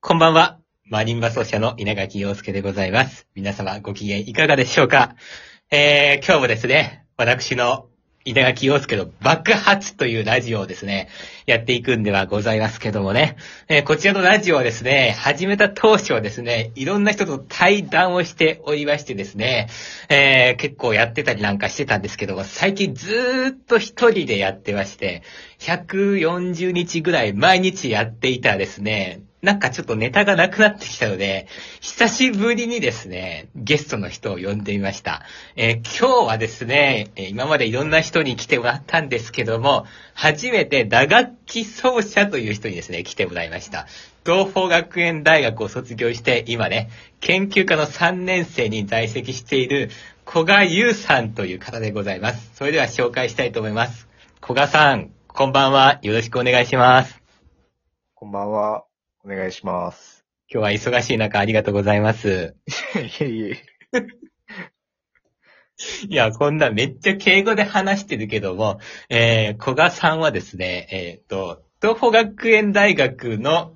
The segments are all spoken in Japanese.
こんばんは。マリンバ奏者の稲垣陽介でございます。皆様ご機嫌いかがでしょうかえー、今日もですね、私の稲垣陽介の爆発というラジオをですね、やっていくんではございますけどもね。えーこちらのラジオはですね、始めた当初はですね、いろんな人と対談をしておりましてですね、えー結構やってたりなんかしてたんですけども、最近ずーっと一人でやってまして、140日ぐらい毎日やっていたですね、なんかちょっとネタがなくなってきたので、久しぶりにですね、ゲストの人を呼んでみました。えー今日はですね、えー今までいろんな人に来てもらったんですけども、初めて打楽器奏者という人にですね、来てもらいました。東方学園大学を卒業して、今ね、研究科の3年生に在籍している古賀優さんという方でございます。それでは紹介したいと思います。古賀さん、こんばんは。よろしくお願いします。こんばんは。お願いします。今日は忙しい中ありがとうございます。 いえいえ。いや、こんなめっちゃ敬語で話してるけども、えー、古賀さんはですね、えっ、と、東方学園大学の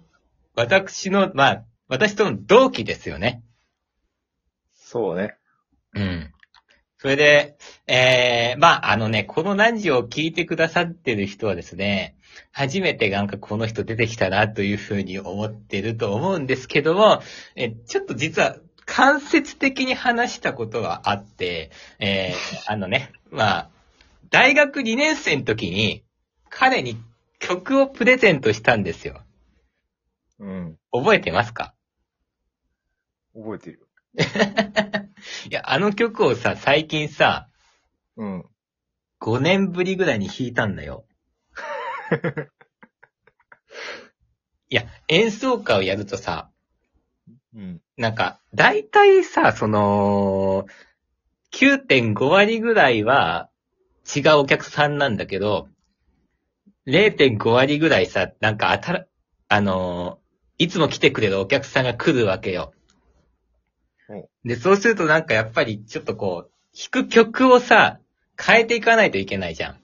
私の、まあ、私との同期ですよね。そうね。うん。それで、えー、まあ、あのね、このラジオを聞いてくださってる人はですね、初めてなんかこの人出てきたなというふうに思ってると思うんですけども、え、ちょっと実は間接的に話したことがあって、えー、あのね、まあ、大学2年生の時に彼に曲をプレゼントしたんですよ。うん。覚えてますか 覚えてる。いや、あの曲をさ、最近さ、うん。 5年ぶりぐらいに弾いたんだよ。いや、演奏会をやるとさ、うん。なんか、大体さ、その、9.5割ぐらいは違うお客さんなんだけど、0.5割ぐらいさ、なんかあたら、あのーいつも来てくれるお客さんが来るわけよお。で、そうするとなんかやっぱりちょっとこう、弾く曲をさ、変えていかないといけないじゃん。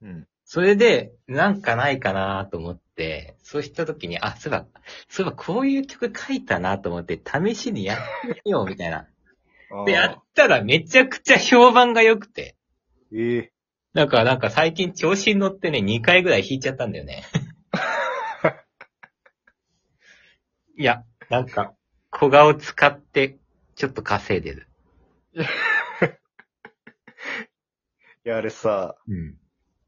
うん。それで、なんかないかなと思って、そうした時に、あ、そういえば、そういえばこういう曲書いたなと思って、試しにやってみようみたい な。あーで、やったらめちゃくちゃ評判が良くて。ええだからなんか最近調子に乗ってね、2回ぐらい弾いちゃったんだよね。 いや、なんか、小顔使って、ちょっと稼いでる。いや、あれさ、うん。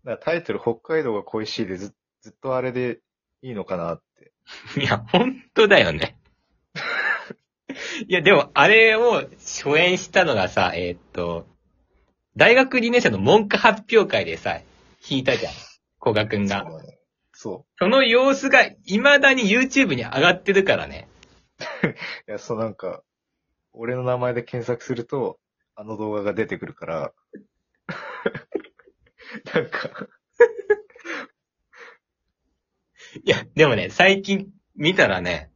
なんかタイトル北海道が恋しいでず、ずっとあれでいいのかなって。いや、本当だよね。いや、でも、あれを初演したのがさ、えーっと、大学2年生の文科発表会でさ、弾いたじゃん。古賀くんが。そうだね。そその様子が未だに YouTube に上がってるからね。う。いや、そうなんか、俺の名前で検索すると、あの動画が出てくる から。なんか、いや、でもね、最近見たらね、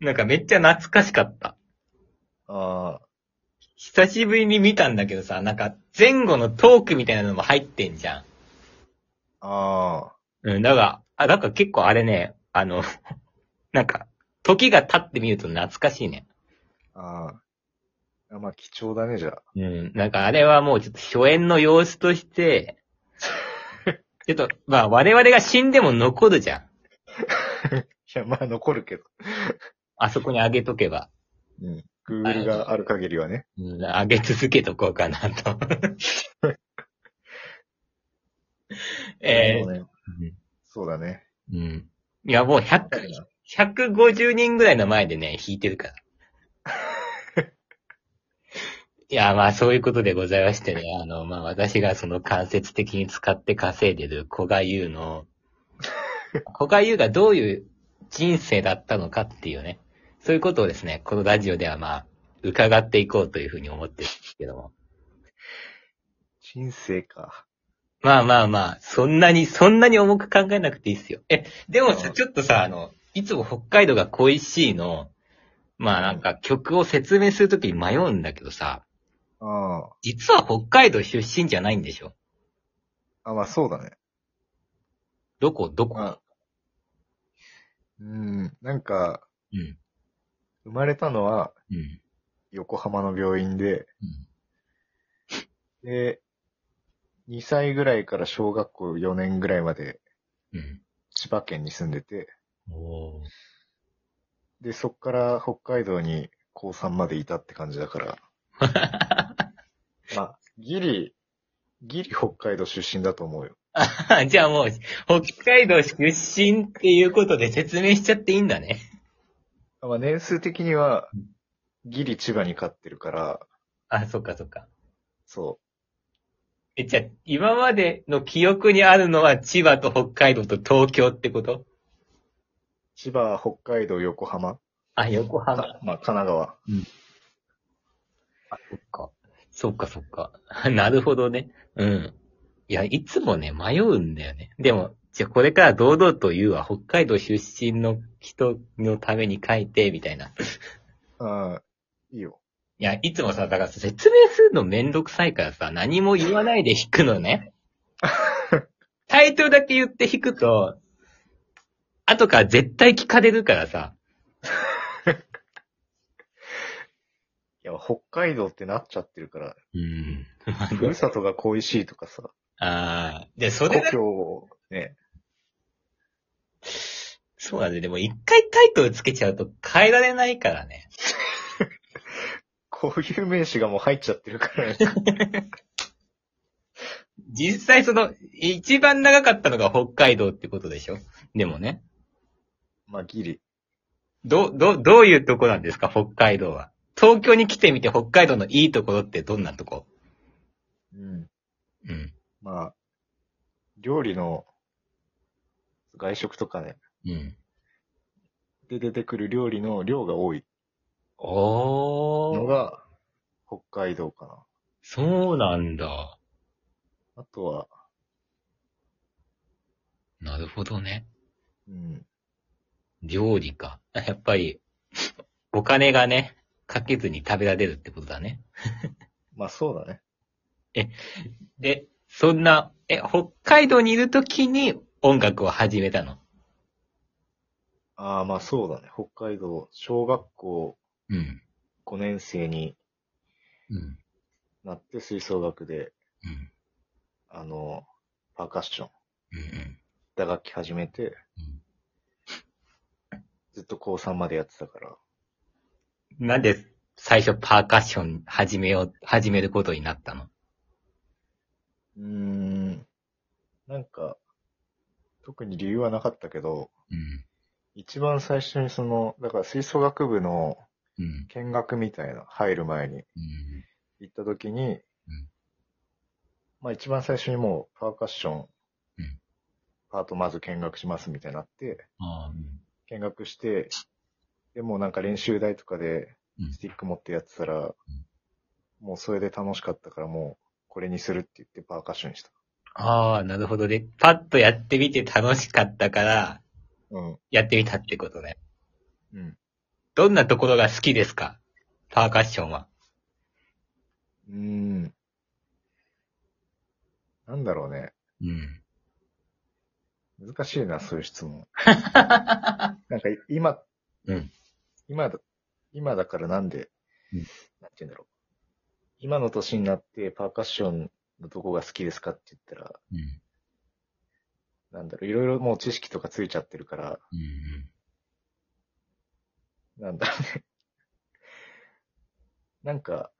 なんかめっちゃ懐かしかった。ああ、久しぶりに見たんだけどさ、なんか前後のトークみたいなのも入ってんじゃん。ああ、うん、だが、あ、だから結構あれね、あの、 なんか、時が経ってみると懐かしいね。ああ。まあ、貴重だね、じゃあ。うん、なんかあれはもうちょっと初演の様子として、ちょっと、まあ我々が死んでも残るじゃん。いや、まあ、残るけど。あそこに上げとけば。うん。Google がある限りはね。うん、上げ続けとこうかなと。えそうねそうだね。ー、うん。いやもう100、150人ぐらいの前でね、弾いてる から。いや、まあそういうことでございましてね、あの、まあ私がその間接的に使って稼いでる古賀優 の、古賀優がどういう人生だったのかっていうね、そういうことをですね、このラジオではまあ、伺っていこうというふうに思ってるんですけども。人生か。まあまあまあ、そんなに、そんなに重く考えなくていいっすよ。え、でもうさ、んちょっとさ、あの、いつも北海道が恋しいの、まあなんか曲を説明するときに迷うんだけどさ、あ実は北海道出身じゃないんでしょあ。あ、まあそうだね。どこ、どこ、まあ、うん、なんか、うん。生まれたのはうん。横浜の病院で、で、2歳ぐらいから小学校4年ぐらいまでうん。千葉県に住んでて、うん。おーで、そっから北海道に高3までいたって感じだから、まあ、ギリ、ギリ北海道出身だと思うよ。あ じゃあもう、北海道出身っていうことで説明しちゃっていいんだね。まあ、年数的にはうん、ギリ千葉に勝ってるから、あ、そっかそっか。そえ、じゃあ、今までの記憶にあるのは千葉と北海道と東京ってことう、千葉、北海道、横浜、あ、横か浜。まあ、神奈川。そっか。そっかそっか。 なるほどね。うん。いや、いつもね、迷うんだよね。でも、じゃあこれから堂々と言うわ。北海道出身の人のために書いて、みたいな。うん、いいよ。いや、いつもさ、だから説明するのめんどくさいからさ、何も言わないで弾くのね。タイトルだけ言って弾くと、後から絶対聞かれるからさ。いや、北海道ってなっちゃってるから、うん。ふるさとが恋しいとかさ、ああ、で、そ故れだ郷をね、そうだね。でも一回タイトルつけちゃうと変えられないからね。こういう名詞がもう入っちゃって るから、ね、実際その、一番長かったのが北海道ってことでしょでもね。まあ、ギリ。ど、ど、どういうとこなんですか北海道は。東京に来てみて北海道のいいところってどんなとこうん。うん。まあ、料理の、外食とかね、うん。で出てくる料理の量が多いおのー。が、北海道かな。そうなんだ。あとは、なるほどね。うん。料理か。 やっぱり、お金がね、かけずに食べられるってことだね。まあ、そうだね。で、そんな、え、北海道にいるときに音楽を始めたの。ああ、まあ、そうだね。北海道、小学校うん。 5年生にうん。なって吹奏楽で、うん。あの、パーカッション、うん。打楽器始めて、ずっと高3までやってたから。なんで最初パーカッション始めよう、始めることになったのうーん。なんか、特に理由はなかったけど、うん。一番最初にその、だから吹奏楽部のうん。見学みたいな、入る前にうん。行った時に、まあ一番最初にもうパーカッション、うんパートまず見学しますみたいになって、ああ、見学して、でもうなんか練習台とかでうんスティック持ってやってたら、もうそれで楽しかったからもうこれにするって言ってパーカッションにした。ああ、なるほどね。パッとやってみて楽しかったから、うん。やってみたってことね。うん。どんなところが好きですかパーカッションは。うーん。なんだろうね。うん。難しいな、そういう質問。なんかい今、うん。今だ、今だからなんで、うんなんて言うんだろう。今の年になってパーカッションのどこが好きですかって言ったら、うん。なんだろう、いろいろもう知識とかついちゃってるから、うん。なんだろうね。 なんか、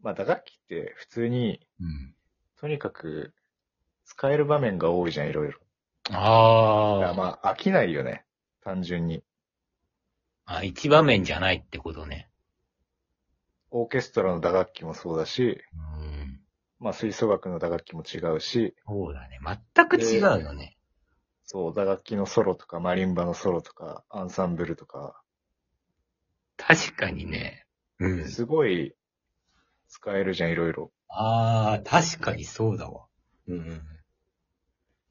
まあ打楽器って普通に、うん。とにかく使える場面が多いじゃん、いろいろ。だからあまあ飽きないよね、単純に。あ。あ、一場面じゃないってことね。オーケストラの打楽器もそうだし、うん。まあ吹奏楽の打楽器も違うし、そうだね。全く違うよね。そう、打楽器のソロとか、マリンバのソロとか、アンサンブルとか、確かにね。うん。すごい使えるじゃん、いろいろ。ああ、確かにそうだわ。うん。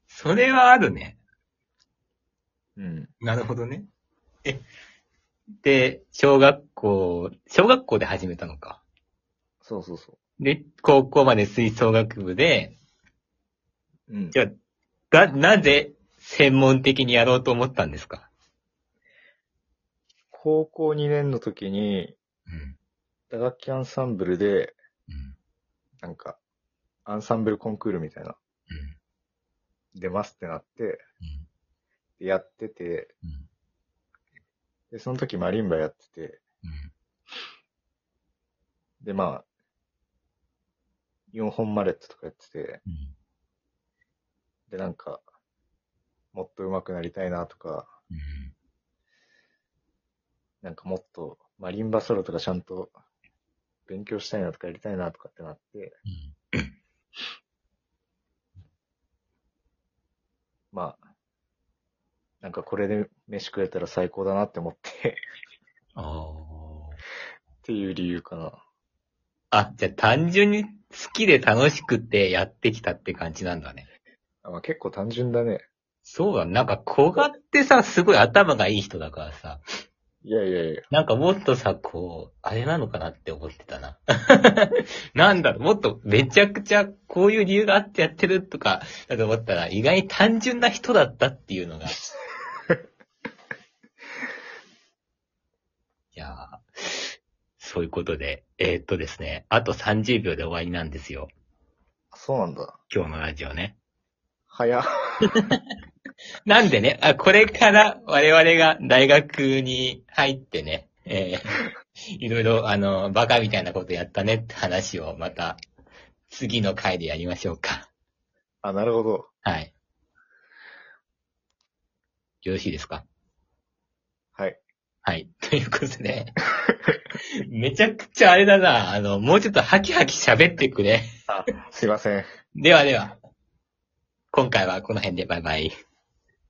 それはあるね。うん。なるほどね。え、で、小学校、小学校で始めたのか。そうそうそで、高校まで吹奏楽部で、う。うんじ。ゃあ、が、なぜ専門的にやろうと思ったんですか高校2年の時に、うん。打楽器アンサンブルで、うん。なんか、アンサンブルコンクールみたいな、うん。出ますってなって、うんでやってて、うんで、その時マリンバやってて、うん。で、まあ、4本マレットとかやってて、うん。で、なんか、もっと上手くなりたいなとか、うん。なんかもっとマリンバソロとかちゃんと勉強したいなとかやりたいなとかってなって、うん。まあ、なんかこれで飯食えたら最高だなって思って、 ああ。っていう理由かな。あ、じゃあ単純に好きで楽しくてやってきたって感じなんだね。あまあ、結構単純だね。そうだ、なんか小賀ってさ、すごい頭がいい人だからさ、いやいやいや。なんかもっとさ、こう、あれなのかなって思ってたな。 なんだろう、もっとめちゃくちゃこういう理由があってやってるとか、だと思ったら意外に単純な人だったっていうのが。いやーそういうことで、えーっとですね、あと30秒で終わりなんですよ。あそうなんだ。今日のラジオね。早っ。なんでね、あ、これから我々が大学に入ってね、えーいろいろ、あの、バカみたいなことやったねって話をまた、次の回でやりましょうか。あ、なるほど。はい。よろしいですかはい。はい。 ということで、めちゃくちゃあれだな、あの、もうちょっとハキハキ喋ってくれ。あ、すいません。ではでは、今回はこの辺でバイバイ。